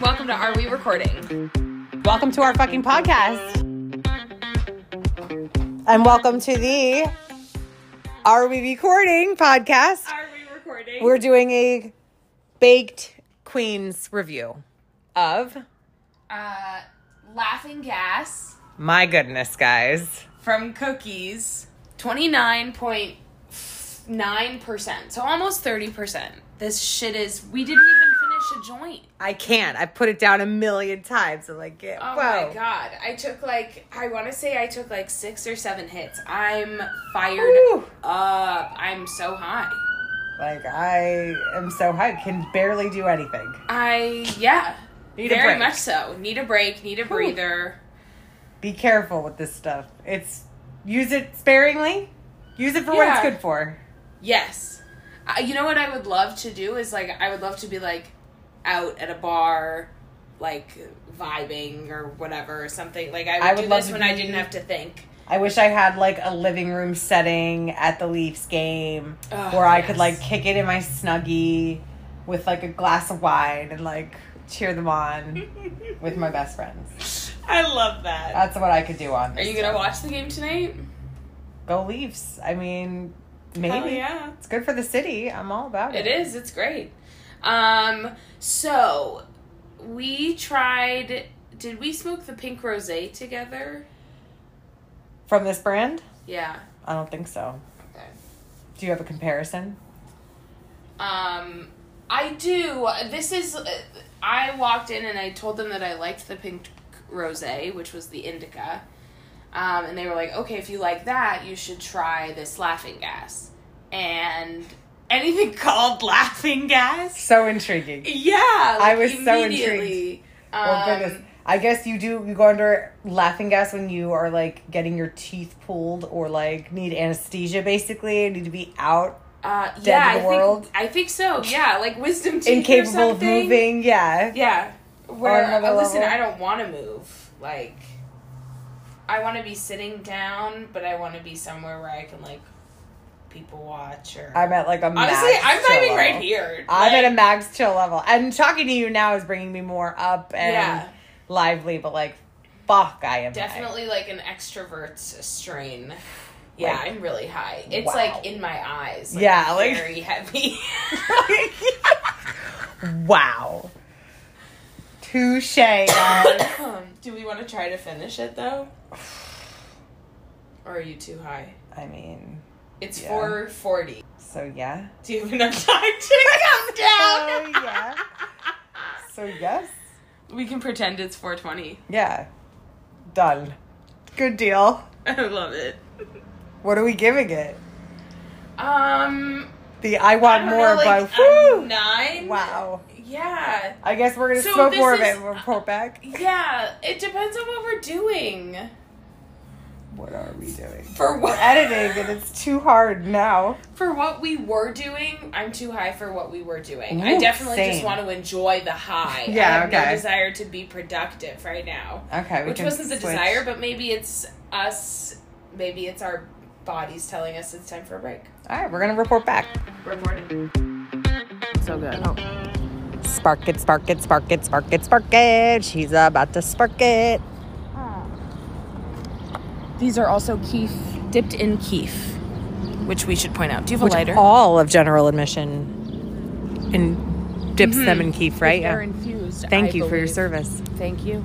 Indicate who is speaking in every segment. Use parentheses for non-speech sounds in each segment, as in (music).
Speaker 1: Welcome to Are We Recording?
Speaker 2: Welcome to our fucking podcast. And welcome to the Are We Recording podcast.
Speaker 1: Are we recording?
Speaker 2: We're doing a baked queens review of
Speaker 1: uh, Laughing Gas
Speaker 2: my goodness, guys.
Speaker 1: from Cookies, 29.9%. So almost 30%. This shit is, we didn't even finish a joint.
Speaker 2: I can't. I put it down a million times. I'm like, yeah,
Speaker 1: Oh
Speaker 2: whoa.
Speaker 1: my god. I took like, I want to say I took like six or seven hits. I'm fired
Speaker 2: Whew.
Speaker 1: up. I'm so high.
Speaker 2: Like I am so high, can barely do anything.
Speaker 1: I, yeah.
Speaker 2: Need a
Speaker 1: very
Speaker 2: break.
Speaker 1: much so. Need a break, need a breather.
Speaker 2: Be careful with this stuff. It's use it sparingly. Use it for what it's
Speaker 1: Yeah.
Speaker 2: good for.
Speaker 1: Yes. I, you know what I would love to do is like I would love to be like out at a bar, like vibing or whatever or something. Like I would,
Speaker 2: I would
Speaker 1: do
Speaker 2: love
Speaker 1: this
Speaker 2: to
Speaker 1: when I
Speaker 2: be-
Speaker 1: didn't have to think.
Speaker 2: I wish I had like a living room setting at the Leafs game
Speaker 1: Ugh,
Speaker 2: where I could
Speaker 1: Oh, yes.
Speaker 2: like kick it in my snuggie with like a glass of wine and like cheer them on with my best friends.
Speaker 1: (laughs) I love that.
Speaker 2: That's what I could do on.
Speaker 1: Are
Speaker 2: This
Speaker 1: you gonna
Speaker 2: trip.
Speaker 1: watch the game tonight?
Speaker 2: Go Leafs! I mean, maybe
Speaker 1: Hell yeah.
Speaker 2: it's good for the city. I'm all about it.
Speaker 1: It is. It's great. Um, so we tried. Did we smoke the pink rosé together?
Speaker 2: From this brand,
Speaker 1: Yeah.
Speaker 2: I don't think so.
Speaker 1: Okay.
Speaker 2: Do you have a comparison?
Speaker 1: Um, I do. This is. uh, I walked in and I told them that I liked the pink rosé, which was the indica, um, and they were like, "Okay, if you like that, you should try this laughing gas." And anything (laughs) called laughing gas?
Speaker 2: So intriguing.
Speaker 1: Yeah,
Speaker 2: I
Speaker 1: like,
Speaker 2: was so
Speaker 1: immediately.
Speaker 2: Well, goodness.
Speaker 1: Um,
Speaker 2: I guess you do. You go under laughing gas when you are like getting your teeth pulled or like need anesthesia. Basically, need to be out,
Speaker 1: uh,
Speaker 2: to
Speaker 1: yeah, I
Speaker 2: the world.
Speaker 1: think I think so. Yeah, like wisdom teeth or
Speaker 2: incapable of
Speaker 1: something.
Speaker 2: moving. Yeah,
Speaker 1: Yeah. Where
Speaker 2: another
Speaker 1: uh, listen,
Speaker 2: level.
Speaker 1: I don't want to move. Like, I want to be sitting down, but I want to be somewhere where I can like people watch or.
Speaker 2: I'm at like a
Speaker 1: Honestly,
Speaker 2: max
Speaker 1: I'm
Speaker 2: chill
Speaker 1: not even
Speaker 2: level.
Speaker 1: right here. Like,
Speaker 2: I'm at a max chill level, and talking to you now is bringing me more up and
Speaker 1: Yeah.
Speaker 2: lively. But like, fuck, I am high.
Speaker 1: definitely like an extrovert's strain. Yeah,
Speaker 2: Like,
Speaker 1: I'm really high. It's
Speaker 2: wow.
Speaker 1: like in my eyes. Like,
Speaker 2: Yeah, like- (laughs)
Speaker 1: very heavy. (coughs)
Speaker 2: wow. Touche. guys.
Speaker 1: Do we want to try to finish it
Speaker 2: (sighs)
Speaker 1: though? Or are you too high?
Speaker 2: I mean,
Speaker 1: It's
Speaker 2: Yeah.
Speaker 1: 4:40.
Speaker 2: so yeah.
Speaker 1: Do you have enough time to come
Speaker 2: (laughs) So
Speaker 1: down?
Speaker 2: yeah. So yes.
Speaker 1: We can pretend it's 420.
Speaker 2: Yeah. Done. Good deal.
Speaker 1: I love it.
Speaker 2: What are we giving it?
Speaker 1: Um,
Speaker 2: The I
Speaker 1: I
Speaker 2: want
Speaker 1: don't
Speaker 2: more
Speaker 1: know, like
Speaker 2: by woo.
Speaker 1: (laughs) a nine.
Speaker 2: Wow.
Speaker 1: Yeah,
Speaker 2: I guess we're gonna
Speaker 1: So
Speaker 2: smoke
Speaker 1: this
Speaker 2: more of
Speaker 1: is-
Speaker 2: it and report back.
Speaker 1: yeah. It depends on what we're doing.
Speaker 2: What are we doing?
Speaker 1: For (laughs) what
Speaker 2: Editing and it's too hard now.
Speaker 1: For what we were doing, I'm too high for what we were doing. I
Speaker 2: Ooh,
Speaker 1: definitely just
Speaker 2: same.
Speaker 1: want to enjoy the high.
Speaker 2: Yeah,
Speaker 1: I have no
Speaker 2: okay.
Speaker 1: desire to be productive right now,
Speaker 2: Okay, we
Speaker 1: which
Speaker 2: can
Speaker 1: wasn't the
Speaker 2: switch.
Speaker 1: desire, but maybe it's us. Maybe it's our bodies telling us it's time for a break.
Speaker 2: All right, we're gonna report back.
Speaker 1: Reporting. So good.
Speaker 2: Oh. Spark it, spark it, spark it, spark it, spark it. She's about to spark it.
Speaker 1: These are also keef, dipped in keef, which we should point out. Do you have
Speaker 2: Which
Speaker 1: a lighter?
Speaker 2: all of general admission and dips
Speaker 1: Mm-hmm.
Speaker 2: them in keef, right?
Speaker 1: They're infused.
Speaker 2: Thank
Speaker 1: I
Speaker 2: you for your
Speaker 1: believe.
Speaker 2: service.
Speaker 1: Thank you.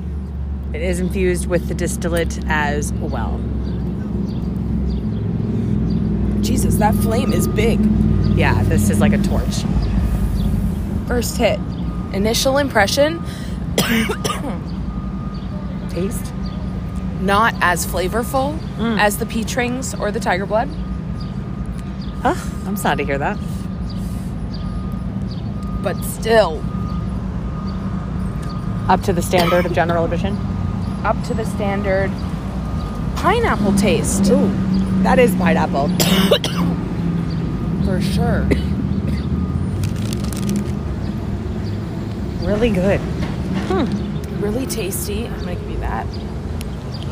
Speaker 2: It is infused with the distillate as well.
Speaker 1: Jesus, that flame is big.
Speaker 2: Yeah, this is like a torch.
Speaker 1: First hit. Initial impression,
Speaker 2: Taste?
Speaker 1: not as flavorful as the peach rings or the tiger blood.
Speaker 2: Huh? I'm sad to hear that.
Speaker 1: But still,
Speaker 2: Up to the standard of general admission.
Speaker 1: up to the standard pineapple taste.
Speaker 2: Ooh, that is pineapple.
Speaker 1: For sure.
Speaker 2: really good.
Speaker 1: really tasty. I'm gonna give you that.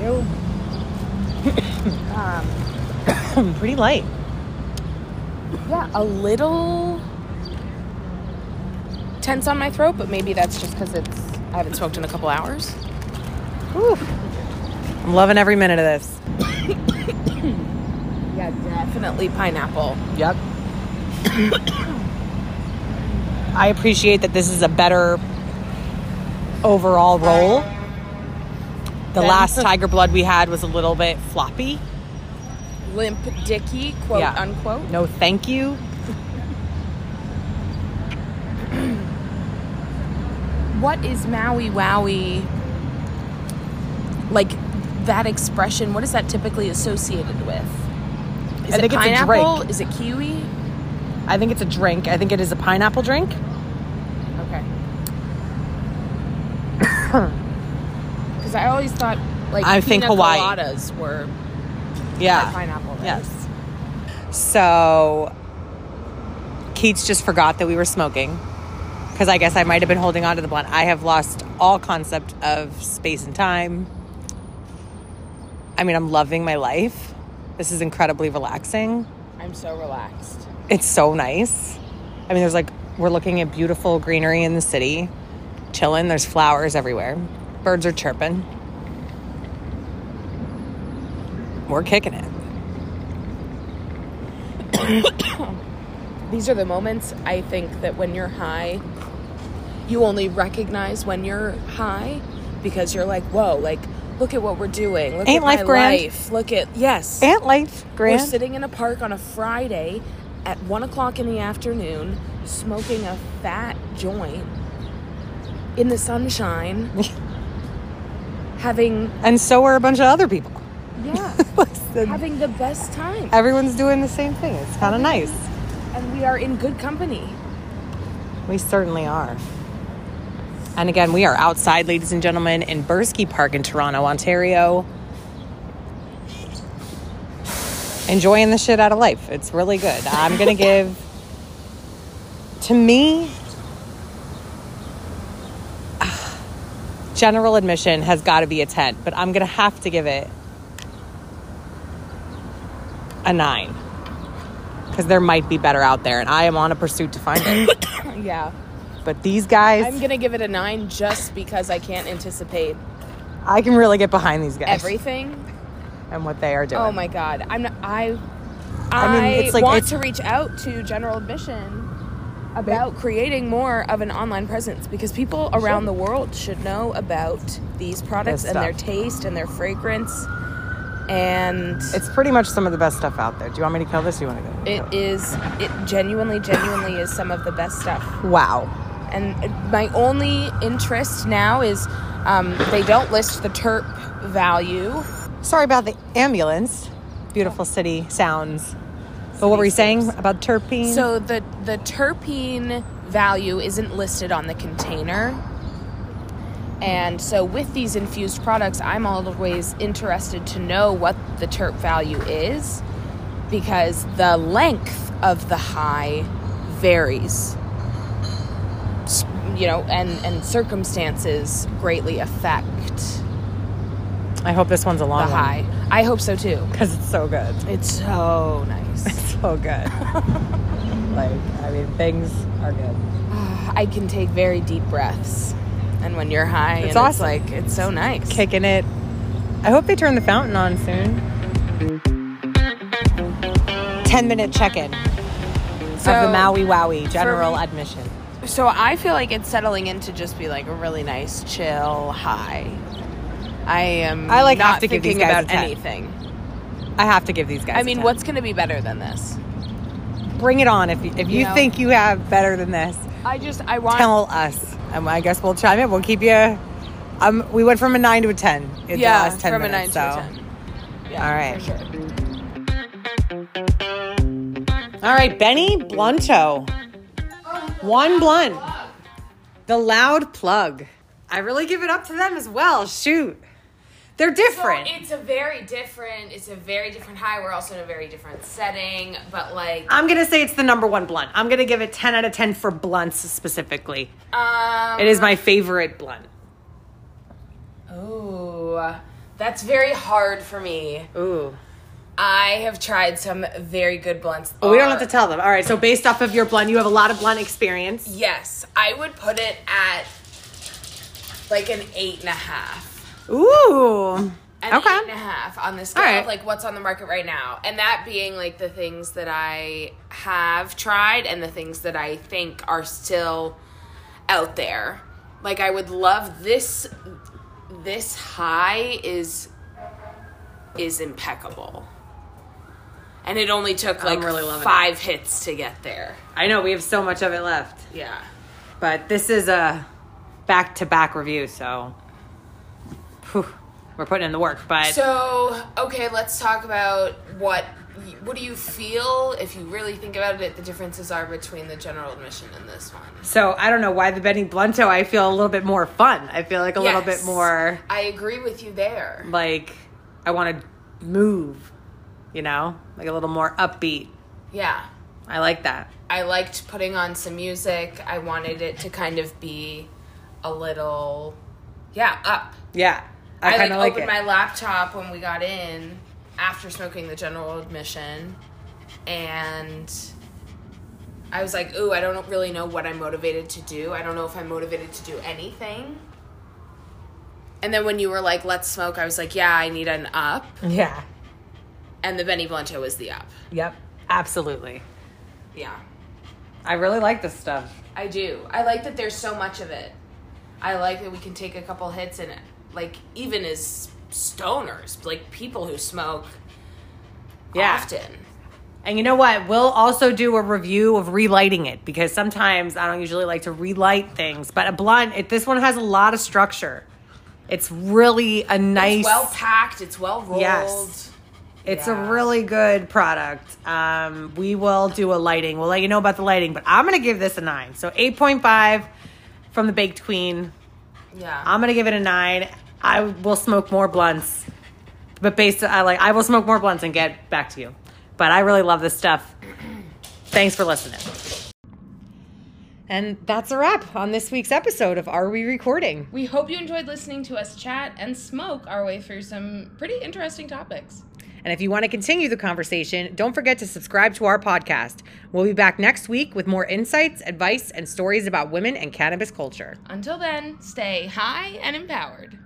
Speaker 2: (coughs) Um, (coughs) Pretty light.
Speaker 1: Yeah, a little tense on my throat, but maybe that's just because it's I haven't smoked in a couple hours.
Speaker 2: Whew. I'm loving every minute of this.
Speaker 1: Yeah, definitely pineapple.
Speaker 2: Yep. I appreciate that this is a better overall roll. The
Speaker 1: Than-
Speaker 2: last tiger blood we had was a little bit floppy.
Speaker 1: Limp dicky, quote
Speaker 2: Yeah.
Speaker 1: unquote.
Speaker 2: No, thank you.
Speaker 1: What is Maui Wowie? Like that expression, what is that typically associated with? Is
Speaker 2: I
Speaker 1: it
Speaker 2: think it's a drink.
Speaker 1: pineapple? Is it kiwi?
Speaker 2: I think it's a drink. I think it is a pineapple drink.
Speaker 1: (coughs) Okay. Because I always thought like
Speaker 2: I think
Speaker 1: pina
Speaker 2: Hawaii.
Speaker 1: coladas were
Speaker 2: Yeah.
Speaker 1: pineapple.
Speaker 2: Yes. So Keats just forgot that we were smoking because I guess I might have been holding on to the blunt. I have lost all concept of space and time. I mean, I'm loving my life. This is incredibly relaxing.
Speaker 1: I'm so relaxed.
Speaker 2: It's so nice. I mean, there's like, we're looking at beautiful greenery in the city, chilling. There's flowers everywhere, birds are chirping. We're kicking it.
Speaker 1: These are the moments I think that when you're high, you only recognize when you're high because you're like, whoa, like look at what we're doing. Look at
Speaker 2: Ain't
Speaker 1: my
Speaker 2: life grand?
Speaker 1: life. Look at yes.
Speaker 2: Ant life,
Speaker 1: We're
Speaker 2: grand.
Speaker 1: sitting in a park on a Friday at one o'clock in the afternoon, smoking a fat joint in the
Speaker 2: (laughs)
Speaker 1: sunshine, having
Speaker 2: and so are a bunch of other people. (laughs)
Speaker 1: yeah, having the best time,
Speaker 2: Everyone's doing the same thing. It's kind of nice.
Speaker 1: and we are in good company. (laughs)
Speaker 2: We certainly are. And again, we are outside, ladies and gentlemen, in Bursky Park in Toronto, Ontario. Enjoying the shit out of life. It's really good. I'm going to give, to me, (sighs) general admission has got to be a 10, but I'm going to have to give it a 9 because there might be better out there, and I am on a pursuit to find it.
Speaker 1: Yeah,
Speaker 2: But these guys,
Speaker 1: I'm gonna give it a nine just because I can't anticipate
Speaker 2: I can really get behind these guys
Speaker 1: everything.
Speaker 2: and what they are doing.
Speaker 1: Oh my god, I'm not, I. I,
Speaker 2: I mean, it's like-
Speaker 1: want
Speaker 2: it's-
Speaker 1: to reach out to general admission about creating more of an online presence because people around the world should know about these products
Speaker 2: This
Speaker 1: and their
Speaker 2: stuff.
Speaker 1: taste and their fragrance. And
Speaker 2: It's pretty much some of the best stuff out there. Do you want me to kill this? Do you want to go?
Speaker 1: it is, it genuinely, genuinely is some of the best stuff.
Speaker 2: Wow.
Speaker 1: And my only interest now is um, they don't list the terp value.
Speaker 2: Sorry about the ambulance. Beautiful city sounds. But what were you saying about terpene?
Speaker 1: So the the terpene value isn't listed on the container. And so with these infused products, I'm always interested to know what the terp value is because the length of the high varies. S- You know, and and circumstances greatly affect
Speaker 2: I hope this one's a
Speaker 1: the
Speaker 2: long
Speaker 1: high. I hope so too.
Speaker 2: because it's so good.
Speaker 1: It's so nice.
Speaker 2: So good. (laughs) like I mean, things are good.
Speaker 1: I can take very deep breaths. And when you're high,
Speaker 2: It's
Speaker 1: and it's
Speaker 2: awesome.
Speaker 1: like it's so nice.
Speaker 2: Kicking it. I hope they turn the fountain on soon. Ten minute check in of
Speaker 1: So-
Speaker 2: the Maui Wowie general
Speaker 1: me-
Speaker 2: admission.
Speaker 1: So I feel like it's settling in to just be like a really nice, chill high. I am.
Speaker 2: I, like,
Speaker 1: not
Speaker 2: have to give
Speaker 1: thinking
Speaker 2: these guys
Speaker 1: about
Speaker 2: a 10.
Speaker 1: anything.
Speaker 2: I have to give these guys.
Speaker 1: I
Speaker 2: a
Speaker 1: mean,
Speaker 2: 10.
Speaker 1: what's going to be better than this?
Speaker 2: bring it on if you, if you,
Speaker 1: You know.
Speaker 2: think you have better than this
Speaker 1: I just I want.
Speaker 2: tell us and i guess we'll chime in we'll keep you um we went from a 9 to a 10 in
Speaker 1: yeah,
Speaker 2: the last 10
Speaker 1: from
Speaker 2: minutes
Speaker 1: a nine to a
Speaker 2: so
Speaker 1: ten. Yeah,
Speaker 2: All right.
Speaker 1: For sure.
Speaker 2: all right benny blunto one blunt the loud plug i really give it up to them as well shoot they're different
Speaker 3: So it's a very different. It's a very different high. We're also in a very different setting, but like,
Speaker 2: i'm gonna say it's the number one blunt i'm gonna give it 10 out of 10 for blunts specifically
Speaker 3: um,
Speaker 2: it is my favorite blunt
Speaker 3: oh, that's very hard for me.
Speaker 2: ooh
Speaker 3: I have tried some very good blunts.
Speaker 2: But Oh, we don't
Speaker 1: Uh,
Speaker 2: have to
Speaker 3: Are-
Speaker 2: tell them. All right. So based off of your blunt, you have a lot of blunt experience.
Speaker 3: Yes, I would put it at
Speaker 1: like an eight and a half.
Speaker 2: Ooh.
Speaker 1: An
Speaker 2: okay.
Speaker 1: eight and a half on the scale
Speaker 2: All right.
Speaker 1: of like what's on the market right now. And that being like the things that I have tried and the things that I think are still out there. Like I would love this this high is is impeccable. And it only took
Speaker 2: I'm
Speaker 1: like
Speaker 2: really loving
Speaker 1: five hits to get there.
Speaker 2: I know we have so much of it left,
Speaker 1: Yeah.
Speaker 2: but this is a back to back review, so Whew. we're putting in the work. But
Speaker 1: So, okay, let's talk about what what do you feel if you really think about it the differences are between the general admission and this one?
Speaker 2: so I don't know why the Benny Blunto I feel a little bit more fun. I feel like a little
Speaker 1: Yes.
Speaker 2: bit more
Speaker 1: I agree with you there.
Speaker 2: like I want to move, you know, like a little more upbeat.
Speaker 1: Yeah.
Speaker 2: I like that.
Speaker 1: I liked putting on some music. I wanted it to kind of be a little yeah, up.
Speaker 2: Yeah, I,
Speaker 1: I,
Speaker 2: kind
Speaker 1: like,
Speaker 2: of like,
Speaker 1: opened
Speaker 2: it.
Speaker 1: my laptop when we got in after smoking the general admission, and I was like, "Ooh, I don't really know what I'm motivated to do. I don't know if I'm motivated to do anything." And then when you were like, "Let's smoke," I was like, "Yeah, I need an up,"
Speaker 2: yeah.
Speaker 1: and the Benny Blunto was the up.
Speaker 2: Yep. Absolutely.
Speaker 1: Yeah,
Speaker 2: I really like this stuff.
Speaker 1: I do. I like that there's so much of it. I like that we can take a couple hits and like even as stoners, like people who smoke
Speaker 2: Yeah.
Speaker 1: often.
Speaker 2: And you know what? We'll also do a review of relighting it because sometimes I don't usually like to relight things, but a blunt, it, this one has a lot of structure. It's really a nice,
Speaker 1: It's well packed. It's well rolled.
Speaker 2: Yes. it's
Speaker 1: yeah.
Speaker 2: a really good product. Um, we will do a lighting. We'll let you know about the lighting, but I'm going to give this a nine. So 8.5 from the Baked Queen.
Speaker 1: Yeah.
Speaker 2: I'm gonna give it a nine. I will smoke more blunts, but based I like I will smoke more blunts and get back to you. But I really love this stuff. (clears throat) Thanks for listening. And that's a wrap on this week's episode of Are We Recording?
Speaker 4: We hope you enjoyed listening to us chat and smoke our way through some pretty interesting topics.
Speaker 2: And if you want to continue the conversation, don't forget to subscribe to our podcast. We'll be back next week with more insights, advice, and stories about women and cannabis culture.
Speaker 4: Until then, stay high and empowered.